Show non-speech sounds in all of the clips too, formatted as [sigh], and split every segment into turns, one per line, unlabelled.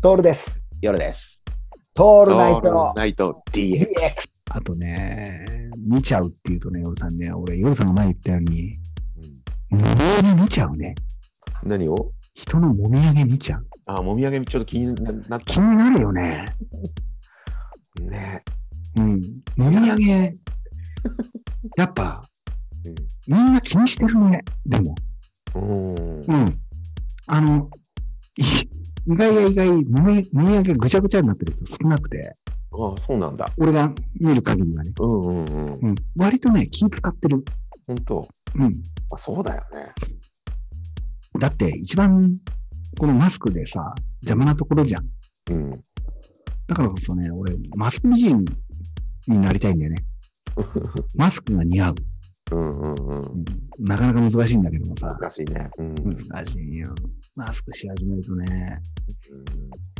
トールです。
夜です。
ト
オ
ールナイト
ナイト
DX
デ。
あとね、見ちゃうっていうとね、夜さんね、俺、夜さんが前言ったように、無謀に見ちゃうね。
何を
人のもみあげ見ちゃう。
あ、もみあげちょっと気にななっ
気
た
になるよね。
ね。
うん。もみあげ、やっぱ、みんな気にしてるね。でも、
うん。
うん。あの、い意外や意外、もみもみあげぐちゃぐちゃになってる人少なくて、
あ、そうなんだ。
俺が見る限りはね、
うんうんうん。
うん。割とね、気使ってる。
本当。
うん。
あそうだよね。
だって一番このマスクでさ、邪魔なところじゃん。
うん。
だからこそね、俺、マスク美人になりたいんだよね。マスクが似合う。
うんうんうん。
うんなかなか難しいんだけどもさ。
難しいね。うん。
難しいよ。マスクし始めるとね、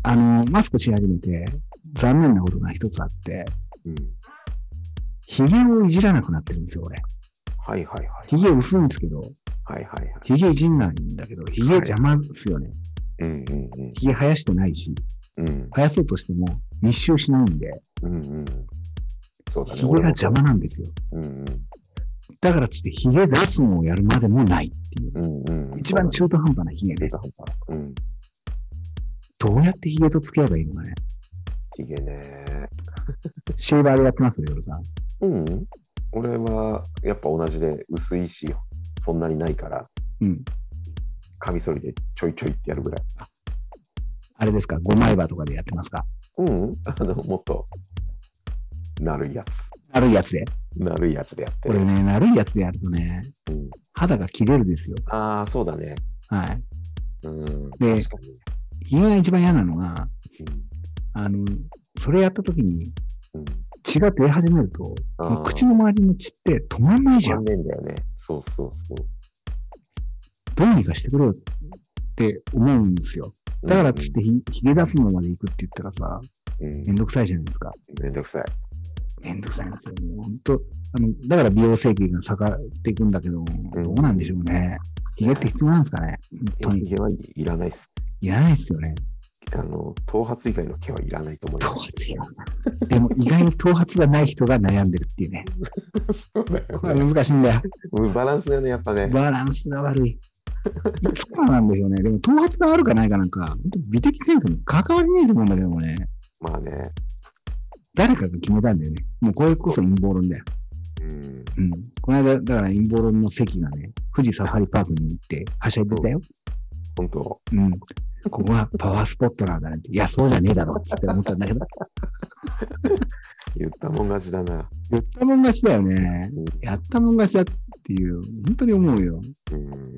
あの、マスクし始めて、残念なことが一つあって、
うん。
髭をいじらなくなってるんですよ、俺。
はいはいはい。
髭薄いんですけど、
はいはいはい。
髭いじんないんだけど、髭邪魔ですよね。
うんうん
髭生やしてないし、
うん。うん
生やそうとしても密集しないんで、
うんうん。そうだね。
髭が
俺も
邪魔なんですよ。
うんうん
だからつって、ヒゲ脱毛をやるまでもないっていう。
うんうん。
一番中途半端なヒゲ
途
ね。
半端な。うん。
どうやってヒゲと付き合えばいいのかね。
ひげね。
シェーバーでやってますよ、夜さん。
うん。俺はやっぱ同じで薄いし、そんなにないから、
うん。
カミソリでちょいちょいってやるぐらい。
あれですか、5枚刃とかでやってますか。
うん。あの、もっと、なるいやつ。
なるいやつで。
なるいやつでやって
俺
る。
ね、なるいやつでやるとね、
うん、
肌が切れるですよ。
ああ、そうだね。
はい。
うん。
で
確かに。
ヒゲが一番嫌なのが、あの、それやった時に
うん。うん
血が出始めると、
あー
もう口の周りの血って止まんないじゃ
残
ん。
念だよね。そうそうそう。
どうにかしてくれよって思うんですよ。だからつってひヒゲ脱毛まで行くって言ったらさ、
うん、うん
めんどくさいじゃないですか。
めんどくさい。
めんどくさいんですよ。もう本当あの、だから美容整形が下がっていくんだけど、
うん
どうなんでしょうね。ひげって必要なんですかね本当
ひ
に。
げはいらないっす。
いらないですよね。
あの、頭髪以外の毛はいらないと思い
頭
ます。
髪よ。でも意外に頭髪がない人が悩んでるっていうね。
そうだ
これ
よね。
は難しいん [laughs] だよ。
[laughs] うんバランスだよね、やっぱね。
バランスが悪い。いつからなんでしょうね。でも頭髪があるかないかなんか、本当美的センスに関わりねえと思うんだけどもね。
まあね。
誰かが決めたんだよね。もうこれこそ陰謀論だよ。
うん。
うん。この間、だから陰謀論の席がね、富士サファリパークに行って、はしゃいでたよ。
本当。
うん。ここはパワースポットなんだねって。いや、そうじゃねえだろっつって思ったんだけど。
言ったもん勝ちだな。
やったもん勝ちだよね。やったもん勝ちだっていう、本当に思うよ。
うん。